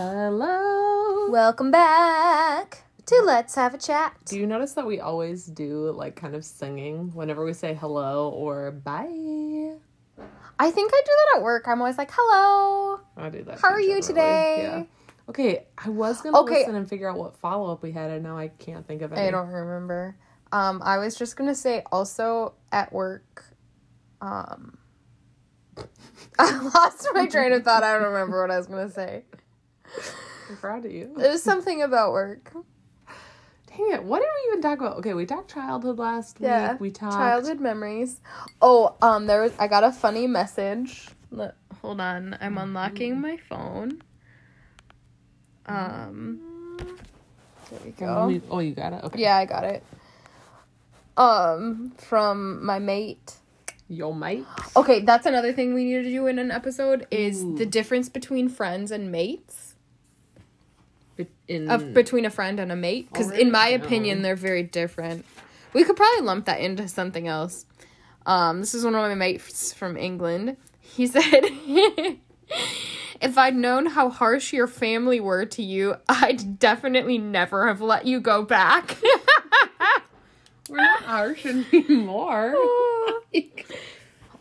Hello. Welcome back to Let's Have a Chat. Do you notice that we always do like kind of singing whenever we say hello or bye? I think I do that at work. I'm always like, hello. I do that. How are you generally, today? Yeah. Okay, I was gonna Okay. listen and figure out what follow up we had, and now I can't think of any. I don't remember. Um, I was just going to say also at work, um, I lost my train of thought. I don't remember what I was going to say. I'm proud of you. It was something about work. Dang it! What did we even talk about? Okay, we talked childhood last Yeah, week. We talked. Childhood memories. Oh, um, there was. I got a funny message. Le- hold on, I'm unlocking my phone. Um, there we Oh, go. you- oh, you got it. Okay. Yeah, I got it. Um, from my mate. Yo, mate. Okay, that's another thing we need to do in an episode is Ooh. the difference between friends and mates. Be- In Of between a friend and a mate, because Already? in my No. opinion, they're very different. We could probably lump that into something else. Um, this is one of my mates from England. He said, "If I'd known how harsh your family were to you, I'd definitely never have let you go back." we're not harsh anymore.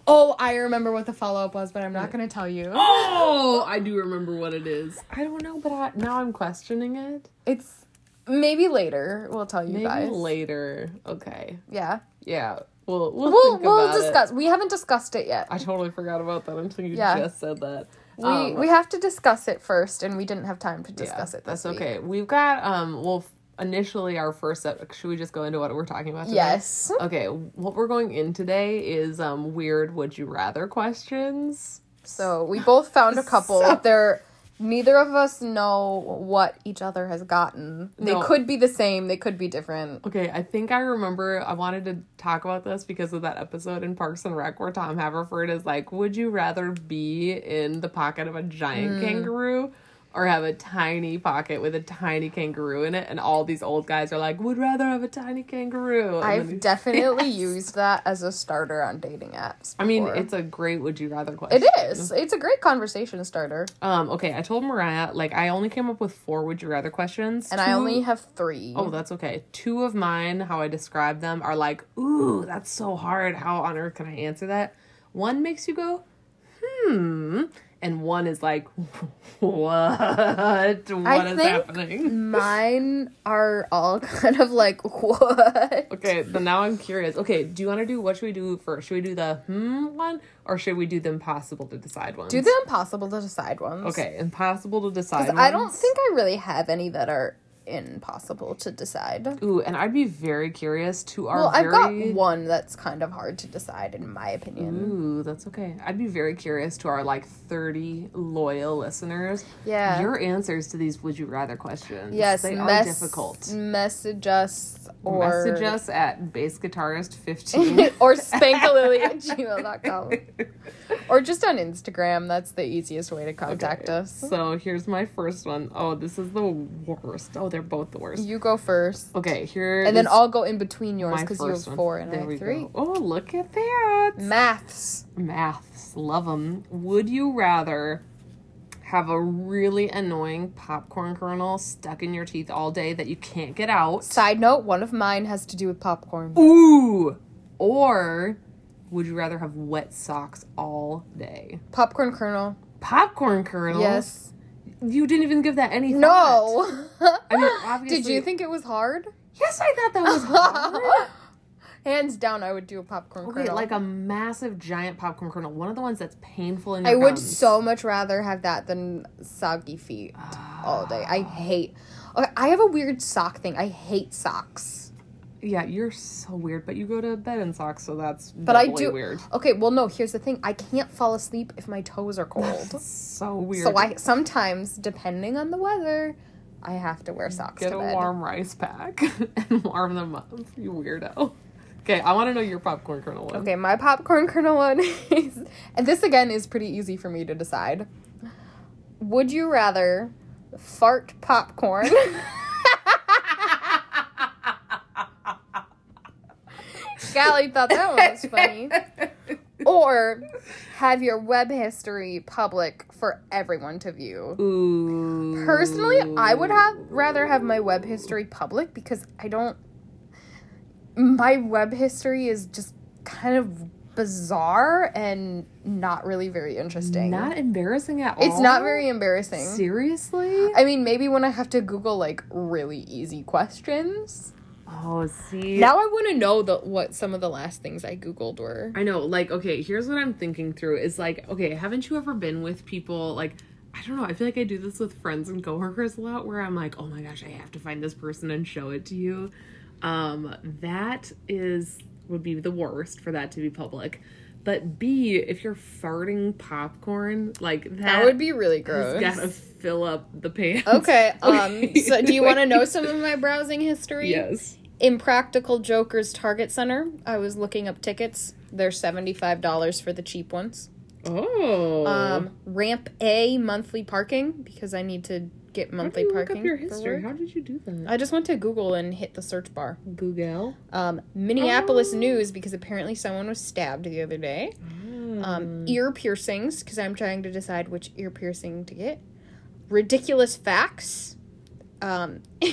oh, I remember what the follow up was, but I'm not going to tell you. Oh, I do remember what it is. I don't know, but I, now I'm questioning it. It's maybe later. We'll tell you Maybe guys. later. Okay. Yeah, Yeah. We'll we'll, we'll think we'll about it. discuss. We haven't discussed it yet. I totally forgot about that until you Yeah. just said that. Um, We we have to discuss it first, and we didn't have time to discuss it. This That's week. okay. We've got um. Well, f- initially our first. Sub- should we just go into what we're talking about? Today? Yes. Okay. What we're going in today is um weird would you rather questions. So we both found a couple. So- There, neither of us know what each other has gotten. They No. could be the same. They could be different. Okay, I think I remember I wanted to talk about this because of that episode in Parks and Rec where Tom Haverford is like, Would you rather be in the pocket of a giant Mm. kangaroo or have a tiny pocket with a tiny kangaroo in it? And all these old guys are like, Would rather have a tiny kangaroo. And then I've he's- definitely used that as a starter on dating apps. I mean, before. it's a great would you rather question. it is. It's a great conversation starter, Um, okay, I told Mariah, like, I only came up with four would you rather questions. and I Two- only have three. Oh, that's okay. Two of mine, how I describe them, are like, ooh, that's so hard. How on earth can I answer that? One makes you go, hmm. And one is like, what? What is think- happening? Mine are all kind of like what? Okay, but now I'm curious. Okay, do you want to do what should we do first? Should we do the hmm one or should we do the impossible to decide one? Do the impossible to decide ones. Okay, impossible to decide. I don't ones. think I really have any that are impossible to decide. Ooh, and I'd be very curious to our Well, I've got very- one that's kind of hard to decide, in my opinion. Ooh, that's okay. I'd be very curious to our like 30 loyal listeners. Yeah. Your answers to these would you rather questions. yes, Mm, They mess- are difficult. Message us or Message us at bassguitarist15. or spankalily at gmail.com. Or just on Instagram. That's the easiest way to contact us. so here's my first one. Oh, this is the worst. Oh, they're both the worst. You go first. Okay, here And then is I'll go in between yours my because you have first one. four and There I we have three. go. Oh, look at that. Maths. Maths. Love them. Would you rather have a really annoying popcorn kernel stuck in your teeth all day that you can't get out? Side note, one of mine has to do with popcorn. Ooh. Or would you rather have wet socks all day? Popcorn kernel. Popcorn kernel? Yes. You didn't even give that any thought. No. I mean, Did obviously- you think it was hard? Yes, I thought that was hard. Hands down, I would do a popcorn Okay, kernel. like a massive giant popcorn kernel. One of the ones that's painful in your I would gums. so much rather have that than soggy feet Ah. all day. I hate. Okay, I have a weird sock thing. I hate socks. Yeah, you're so weird, but you go to bed in socks, so that's But I doubly do. weird. Okay, well, no. Here's the thing. I can't fall asleep if my toes are cold. So weird. so I sometimes, depending on the weather, I have to wear socks Get to a bed. warm rice pack and warm them up, you weirdo. Okay, I want to know your popcorn kernel one. Okay, my popcorn kernel one is, and this again is pretty easy for me to decide. Would you rather fart popcorn? Gally thought that one was funny. or have your web history public for everyone to view. Ooh. Personally, I would have rather have my web history public because I don't my web history is just kind of bizarre and not really very interesting. Not embarrassing at all. it's not very embarrassing. Seriously? I mean, maybe when I have to Google like really easy questions. Oh, see. Now I want to know the what some of the last things I googled were. I know, like, okay, here's what I'm thinking through is like, okay, haven't you ever been with people like I don't know, I feel like I do this with friends and coworkers a lot where I'm like, oh my gosh, I have to find this person and show it to you. Um, that is would be the worst for that to be public. But B, if you're farting popcorn, like that, That would be really has gross. gotta fill up the pants. Okay, um Okay. so do you want to know some of my browsing history? Yes. Impractical Jokers Target Center. I was looking up tickets. They're $75 for the cheap ones. Oh. Um Ramp A monthly parking because I need to get How monthly do you look parking. up your for history? work. How did you do that? I just went to Google and hit the search bar. Google. Um, Minneapolis Oh. news because apparently someone was stabbed the other day. Um, Mm. ear piercings because I'm trying to decide which ear piercing to get. Ridiculous facts. Um,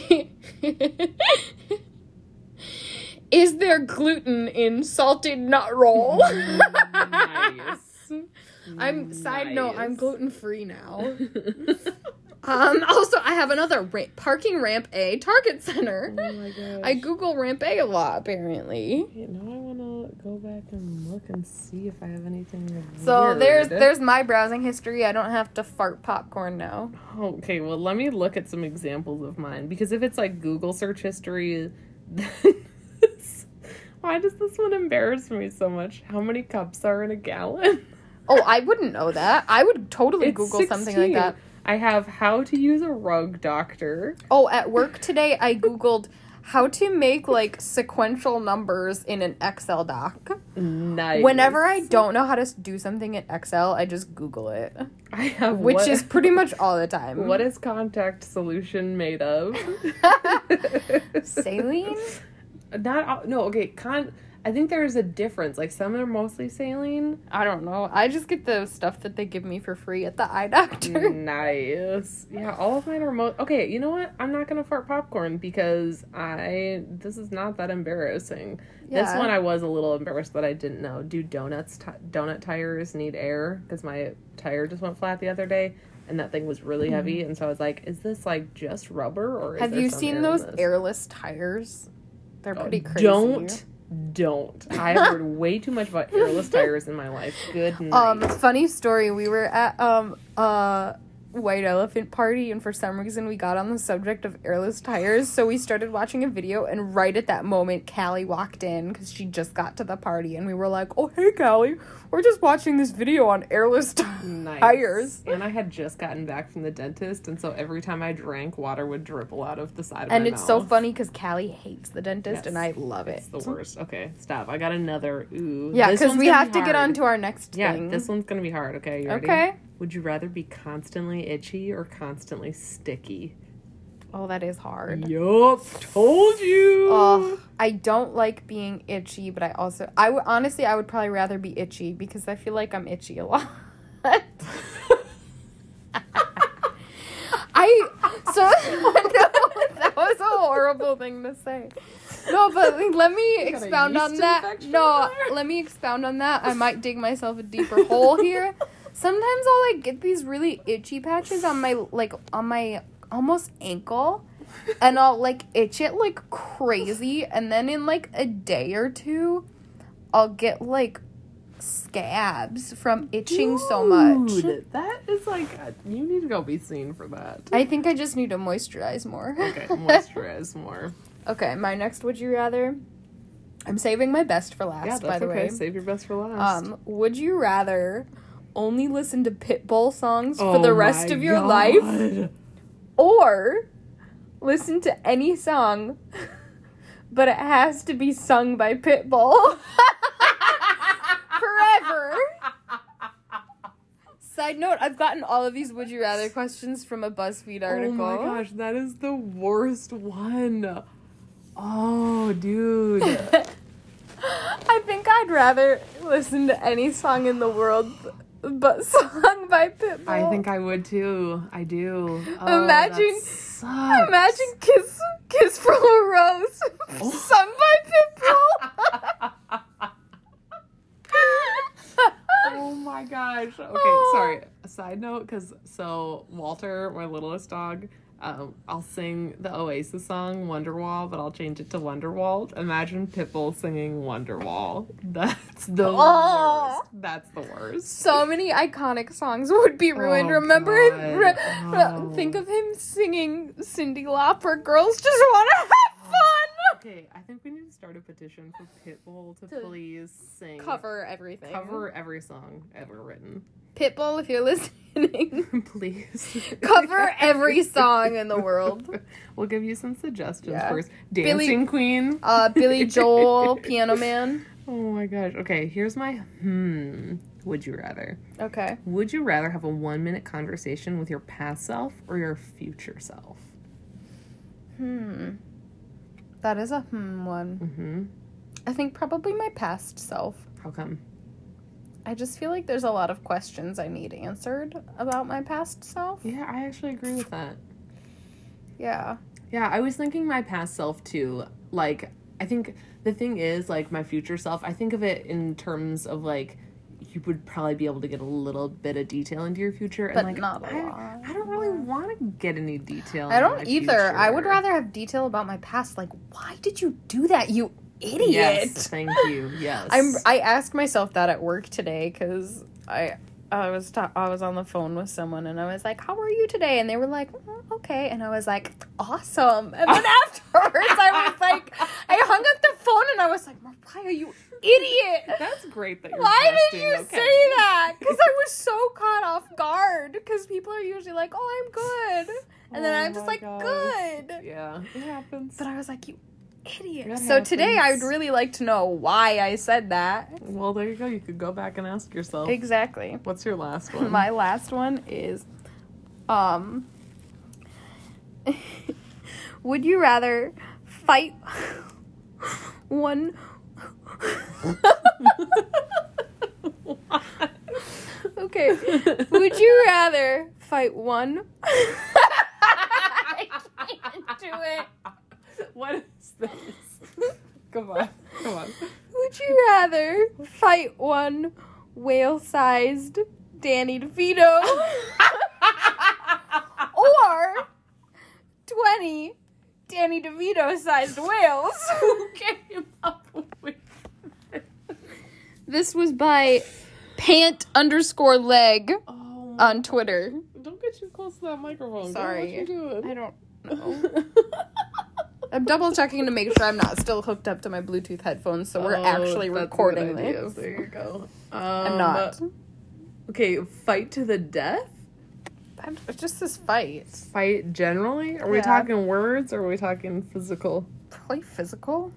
is there gluten in salted nut roll? Mm, nice. I'm side note. I'm Nice. gluten free now. Um, also, I have another ra- parking ramp A Target Center. Oh my gosh. I Google ramp A a lot apparently. Wait, now I want to go back and look and see if I have anything. So weird. there's there's my browsing history. I don't have to fart popcorn now. Okay, well let me look at some examples of mine because if it's like Google search history, then why does this one embarrass me so much? How many cups are in a gallon? Oh, I wouldn't know that. I would totally It's Google something 16. like that. I have how to use a rug doctor. Oh, at work today I Googled how to make like sequential numbers in an Excel doc. Nice. Whenever I don't know how to s- do something in Excel, I just Google it, I have which what- is pretty much all the time. what is contact solution made of? saline? Not all- no. Okay, con. I think there is a difference. Like some are mostly saline. I don't know. I just get the stuff that they give me for free at the eye doctor. nice. Yeah, all of mine are most. Okay, you know what? I'm not gonna fart popcorn because I this is not that embarrassing. This Yeah. one I was a little embarrassed that I didn't know. Do donuts t- donut tires need air? Because my tire just went flat the other day. And that thing was really heavy, and so I was like, "Is this like just rubber, or is Have there you some seen air in those this? airless tires? Oh, They're pretty crazy. Don't, don't. I have heard way too much about airless tires in my life. Good night. Um, funny story. We were at um a white elephant party, and for some reason we got on the subject of airless tires. So we started watching a video, and right at that moment, Callie walked in because she just got to the party, and we were like, "Oh hey, Callie, we're just watching this video on airless tires." Nice. tires. And I had just gotten back from the dentist, and so every time I drank, water would dribble out of the side of And my it's so mouth. funny because Callie hates the dentist, Yes. and I love it. It's the worst. Okay, stop. I got another. Ooh. Yeah, This because one's we gonna have be to get hard. on to our next Yeah, thing. this one's gonna be hard. Okay, you ready? Okay. Would you rather be constantly itchy or constantly sticky? Oh, that is hard. Yup, told you. Oh, I don't like being itchy, but I also I would honestly I would probably rather be itchy because I feel like I'm itchy a lot. I so no, that was a horrible thing to say. No, but let me got a expound on yeast that. infection No, there? let me expound on that. I might dig myself a deeper hole here. Sometimes I'll like get these really itchy patches on my like on my almost ankle and I'll like itch it like crazy, and then in like a day or two, I'll get like scabs from itching so much. Dude, That is like a- you need to go be seen for that. I think I just need to moisturize more. Okay, moisturize more. okay, my next would you rather? I'm saving my best for last, Yeah, that's by the okay. way. Save your best for last. Um, would you rather only listen to Pitbull songs for the Oh rest my of your God. life or listen to any song, but it has to be sung by Pitbull forever. Side note, I've gotten all of these would you rather questions from a BuzzFeed article. Oh my gosh, that is the worst one. Oh, dude. I I think I'd rather listen to any song in the world but song by Pitbull. I think I would too. I do. Oh, Imagine- that sucks. Imagine Kiss Kiss from a Rose sung by Pitbull. Oh my gosh. Okay, Oh. sorry. A side note, because so Walter, my littlest dog, um, I'll sing the Oasis song Wonderwall, but I'll change it to Wonderwall. Imagine Pitbull singing Wonderwall. That's the Oh. worst. That's the worst. so many iconic songs would be ruined. Oh, Remember, God. re- Oh. think of him singing Cindy Lauper. Girls just want to have fun. Okay, I think we need to start a petition for Pitbull to To please sing Cover everything. cover every song ever written. Pitbull, if you're listening, please. cover every song in the world. We'll give you some suggestions Yeah. first. Billy- Dancing Queen. Uh, Billy Joel, Piano Man. Oh my gosh. Okay, here's my hmm. Would you rather? Okay. Would you rather have a one minute conversation with your past self or your future self? Hmm. That is a hmm one. Mm-hmm. I think probably my past self. How come? I just feel like there's a lot of questions I need answered about my past self. Yeah, I actually agree with that. Yeah. Yeah, I was thinking my past self too. Like, I think the thing is, like, my future self, I think of it in terms of like, you would probably be able to get a little bit of detail into your future, and But like, not a I, lot. I don't really want to get any detail. I in don't my either. I would future. rather have detail about my past. Like, why did you do that, you idiot? Yes, thank you. Yes, I'm. I asked myself that at work today because I I was ta- I was on the phone with someone and I was like, "How are you today?" And they were like, "Mm, "Okay," and I was like, "Awesome." And then afterwards, I was like, I hung up the phone and I was like, "Mariah, you idiot." That's great that you're Why did resting, you okay. say that? Because I was so caught off guard. Because people are usually like, "Oh, I'm good," and then Oh I'm just my like, gosh. "Good." Yeah, it happens. But I was like, you idiot. That so today I would happens. really like to know why I said that. Well, there you go. You could go back and ask yourself. Exactly. What's your last one? My last one is um Would you rather fight one Okay. Would you rather fight one I can't do it. What is this? Come on, come on. Would you rather fight one whale sized Danny DeVito or 20 Danny DeVito sized whales? Who came up with this? This was by pant underscore leg Oh, on Twitter. don't get too close to that microphone. Uh, Sorry. Girl, what I you don't. doing? I'm double checking to make sure I'm not still hooked up to my Bluetooth headphones, so we're Oh, actually that's a good recording idea. this. There you go. I'm Um, not. Okay, fight to the death? I'm- It's just this fight. Fight generally? Are we Yeah. talking words or are we talking physical? Probably physical.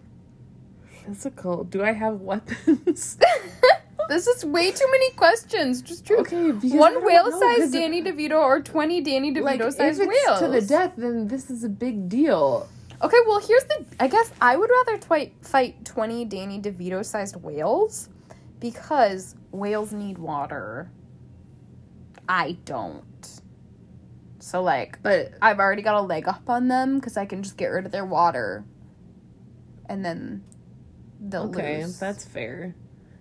Physical. Do I have weapons? this is way too many questions. Just true. okay, because I One don't whale know, 'cause sized it- Danny DeVito or 20 Danny Like, DeVito if it's sized whales. to the death, then this is a big deal. Okay, well, here's the. I guess I would rather twi- fight 20 Danny DeVito sized whales because whales need water. I don't. So, like, But I've already got a leg up on them because I can just get rid of their water and then they'll okay, lose. that's fair.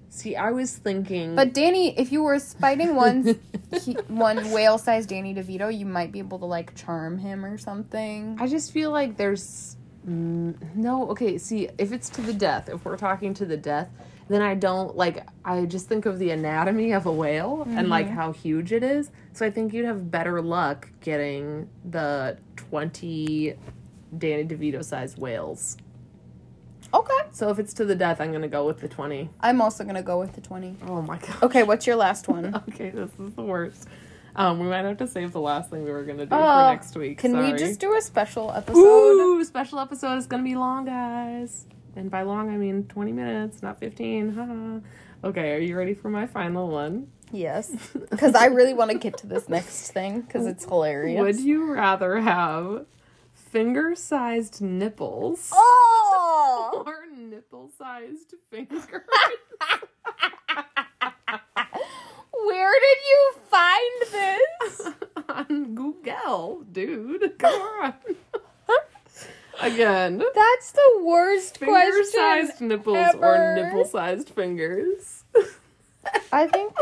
See, I was thinking. But Danny, if you were fighting one, he, one whale-sized Danny DeVito, you might be able to like charm him or something. I just feel like there's mm, no okay. See, if it's to the death, if we're talking to the death, then I don't like. I just think of the anatomy of a whale and like Mm-hmm. how huge it is. So I think you'd have better luck getting the twenty Danny DeVito sized whales. Okay, So if it's to the death, I'm gonna go with the twenty. I'm also gonna go with the twenty. Oh my god. Okay, what's your last one? Okay, this is the worst. Um, we might have to save the last thing we were gonna do Oh, for next week. Can we Sorry. just do a special episode? Ooh, special episode. It's gonna be long, guys. And by long, I mean 20 minutes, not 15. Haha. Okay, are you ready for my final one? Yes, because I really want to get to this next thing because it's hilarious. Would you rather have finger sized nipples Oh, or nipples? nipple sized finger. Where did you find this? on Google, dude. Come on. Again, That's the worst finger question. sized nipples ever. or nipple sized fingers. I think.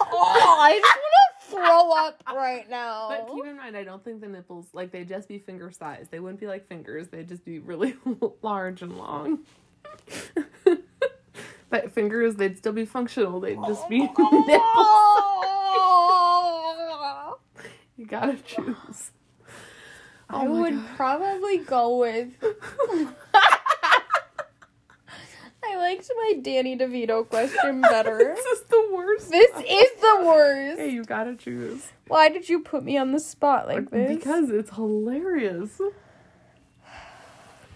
oh, I just want to throw up right now. But keep in mind, I don't think the nipples, like, they'd just be finger sized. They wouldn't be like fingers, they'd just be really large and long. but fingers, they'd still be functional. They'd just be nipples. Oh. You gotta choose. Oh I would probably go with. I liked my Danny DeVito question better. This is the worst. this is the Hey, worst. you gotta choose. Why did you put me on the spot like this? Because it's hilarious.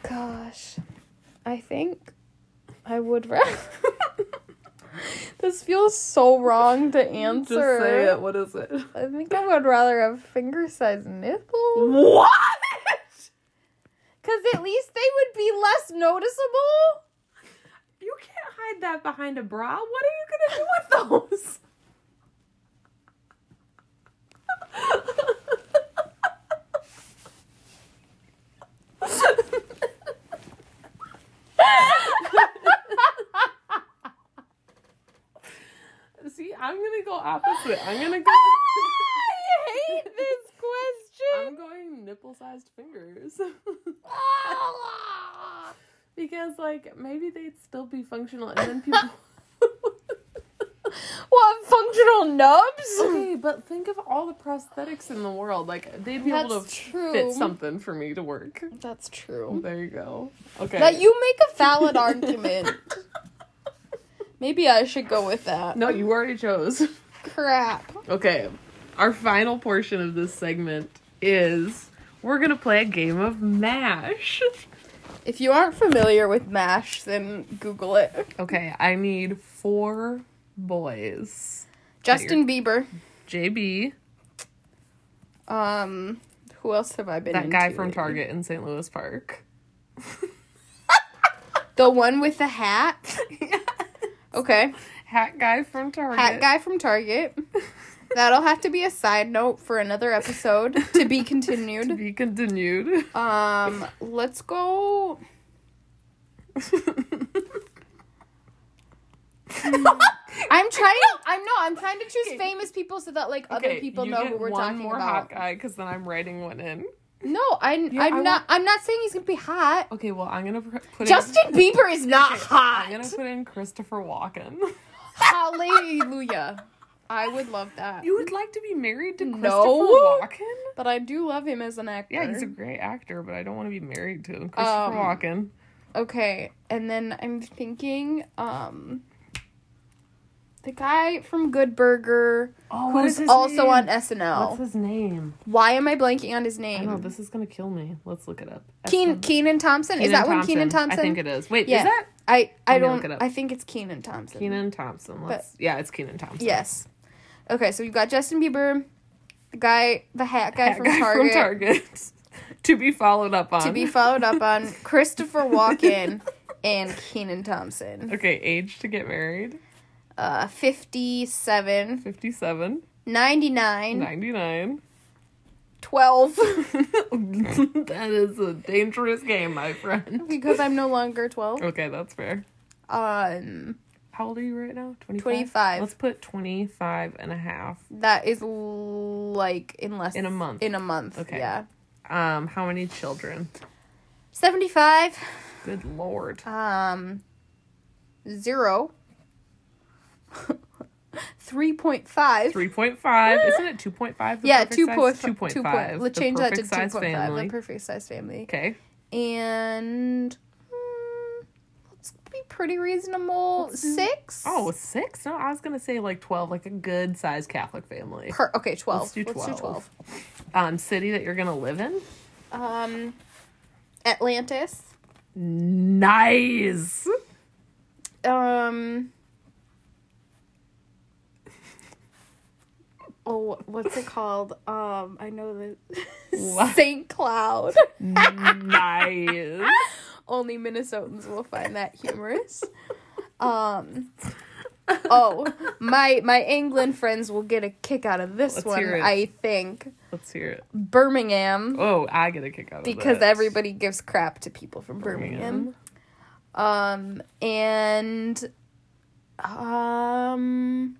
Gosh, I think I would rather. this feels so wrong to answer. Just say it. What is it? I think I would rather have finger sized nipples. What? Because at least they would be less noticeable. You can't hide that behind a bra. What are you gonna do with those? See, I'm gonna go opposite. I'm gonna go. I hate this question. I'm going nipple-sized fingers. Ah. Because like maybe they'd still be functional and then people what functional nubs? Okay, but think of all the prosthetics in the world. Like they'd be able to That's true. fit something for me to work. Oh, That's true. There you go. Okay. That you make a valid argument. Maybe I should go with that. No, you already chose. Crap. Okay. Our final portion of this segment is we're gonna play a game of MASH. If you aren't familiar with MASH, then Google it. Okay, I need four boys. Justin Bieber. JB, Um, who else have I been? that guy into from lately? Target in St. Louis Park. The one with the hat. Okay. Hat guy from Target. Hat guy from Target. That'll have to be a side note for another episode to be to continued. be continued. Um, let's go. Hmm. I'm trying. I'm no. I'm trying to choose famous people so that like other people you know get who we're one talking more about. hot guy because then I'm writing one in. No, I I, I'm want- not. I'm not saying he's gonna be hot. Okay, well I'm gonna pr- put Justin Bieber is not In, hot. I'm gonna put in Christopher Walken. Hallelujah. I would love that. You would like to be married to Christopher No. Walken? But I do love him as an actor. Yeah, he's a great actor, but I don't want to be married to him. Christopher Um, Walken. Okay, and then I'm thinking, um, the guy from Good Burger, Oh, who's also on What's SNL. his name? Why am I blanking on his I know name? this is gonna kill me. Let's look it up. Keen, Keenan- Keenan Thompson. is Keenan that when Keenan Thompson? I think it is. Wait, Yeah. is that I, I Let me look it don't. up. I think it's Keenan Thompson. Keenan Thompson? Let's, yeah, it's Keenan Thompson. Yes. Okay, so you've got Justin Bieber, the guy, the hat guy, That from, guy Target, from Target. to be followed up on. to be followed up on Christopher Walken and Keenan Thompson. Okay, age to get married Uh, 57, 57, 99, 99. 12. that is a dangerous game, my friend. because I'm no longer 12. Okay, that's fair. Um, How old are you right now? 25? 25. Let's put 25 and a half. that is l- like in less In a month. In a month. Okay. Yeah. Um, how many children? 75 Good lord. um 0 3.5 3.5. Isn't it 2.5? the yeah, perfect two size? point two 2.5. point five. Let's the change that to two perfect size point five. The family. perfect size family, Okay. and mm, let's be pretty reasonable. Six. Oh, six? No, I was going to say like 12, like a good sized Catholic family. Per- okay, 12 Let's do 12. Um, city that you're going to live in? Um, Atlantis. Nice. Um. Oh, what's it called? Um, I know that St. Cloud. nice. Only Minnesotans will find that humorous. Um Oh, my my England friends will get a kick out of this Let's one, hear it. I think. Let's hear it. Birmingham Oh, I get a kick out of because this. everybody gives crap to people from Birmingham. Um and um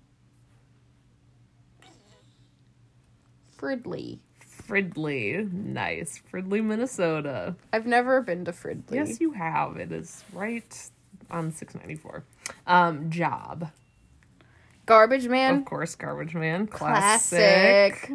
Fridley. Fridley, nice. Fridley, Minnesota. I've never been to Fridley. Yes, you have. It is right on 694. Um, job. Garbage man. Of course, garbage man. Classic. Classic.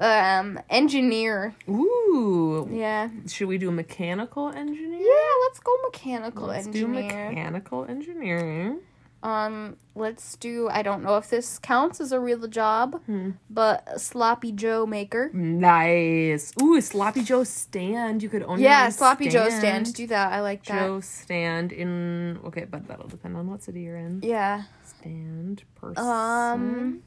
Um engineer. Ooh. Yeah. Should we do mechanical engineering? Yeah, let's go mechanical Let's do engineer. mechanical engineering. um let's do I don't know if this counts as a real job, Hmm. but sloppy joe maker. Nice. Ooh, a sloppy Joe stand. You could own. your Yeah, own sloppy joe stand. Do that. I like that. Joe stand in. Okay, but that'll depend on what city you're in. Yeah. Stand person. Um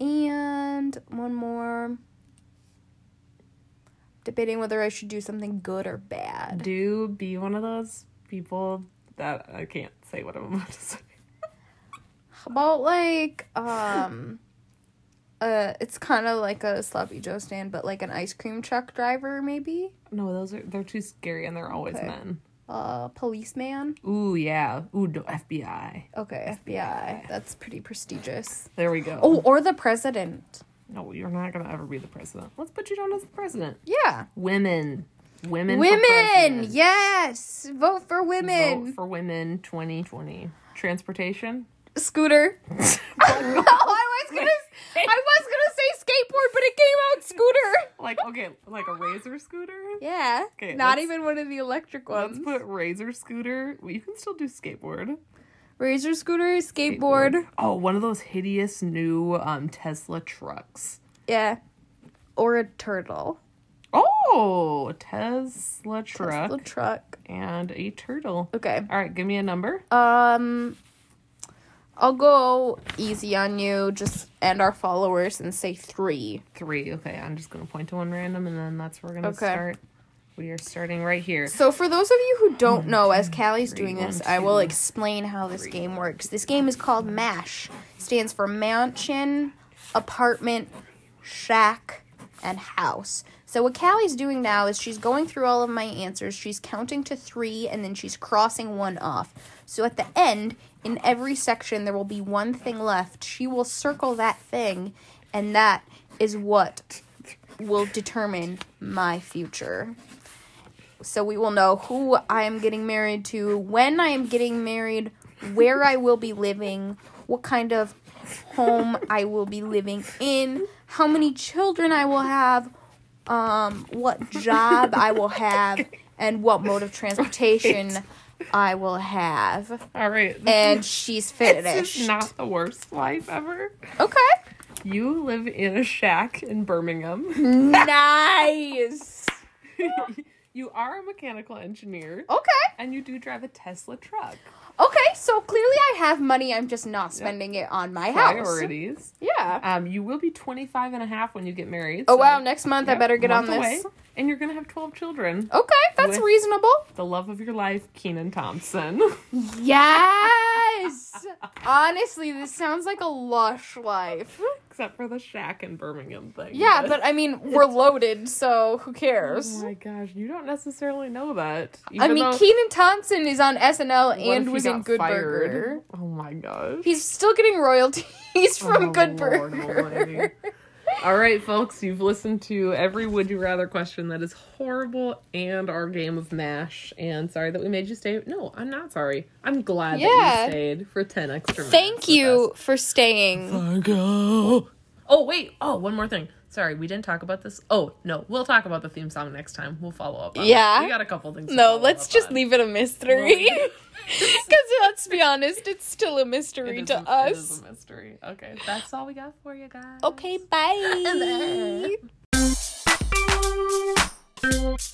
and one more debating whether I should do something good or bad. do be one of those people that I can't say what I'm about to say. How about like um uh it's kind of like a sloppy joe stand but like an ice cream truck driver maybe No, those are they're too scary and they're always Okay. men. uh policeman Ooh yeah. Ooh no, FBI. okay fbi that's pretty prestigious There we go. oh or the president No, you're not gonna ever be the president. Let's put you down as the president. yeah Women. Women. for women president. yes vote for women Vote for women 2020. Transportation. scooter oh, i was gonna i was gonna say skateboard but it came out scooter like okay, like a razor scooter. yeah Okay, not let's- even one of the electric Let's ones put razor scooter. Well, you can still do skateboard. razor scooter skateboard. Oh, one of those hideous new um, Tesla trucks. Yeah. Or a turtle. Oh, Tesla truck Tesla truck. and a turtle. Okay. All right, give me a number. Um I'll go easy on you just and our followers and say 3. Three. Okay, I'm just gonna point to one random, and then that's where we're gonna Okay. start. We are starting right here. So for those of you who don't know as Callie's three, doing one, this, I will two, explain how this game works. This game is called MASH. Stands for mansion, apartment, shack, and house. So what Callie's doing now is she's going through all of my answers. She's counting to three and then she's crossing one off. So at the end, in every section, there will be one thing left. She will circle that thing, and that is what will determine my future. So we will know who I am getting married to, when I am getting married, where I will be living, what kind of home I will be living in, how many children I will have, um, what job I will have, and what mode of transportation I will have. All right, And she's this is finished. not the worst life ever. Okay. You live in a shack in Birmingham. nice. you are a mechanical engineer, Okay. and you do drive a Tesla truck. Okay, so clearly I have money. I'm just not spending it on my house. Priorities. Yeah. Um, you will be 25 and a half when you get married. Oh so- wow, next month I Yep, better get on month this. away, and you're gonna have 12 children. Okay, that's With- reasonable. The love of your life, Keenan Thompson. Yes. Honestly, this sounds like a lush life. Except for the shack in Birmingham thing. Yeah, but I mean, we're loaded, so who Oh cares? my gosh, you don't necessarily know that. I even mean, though- Keenan Thompson is on SNL what if and he was in got Good fired? Burger. Oh my gosh. He's still getting royalties from Oh, Good Lord Burger. almighty. All right, folks, you've listened to every Would You Rather question that is horrible and our game of MASH. And sorry that we made you stay. No, I'm not sorry. I'm glad that Yeah. you stayed for 10 extra minutes. Thank with you us. for staying. Fargo. Oh, wait. Oh, one more thing. Sorry, we didn't talk about this. Oh, no. We'll talk about the theme song next time. We'll follow up. on Yeah. it. We got a couple things. to No, follow let's up just on. leave it a mystery. Well, Because let's be honest, it's still a It mystery is to a- us. It is a mystery. Okay. That's all we got for you guys. Okay, bye. Bye.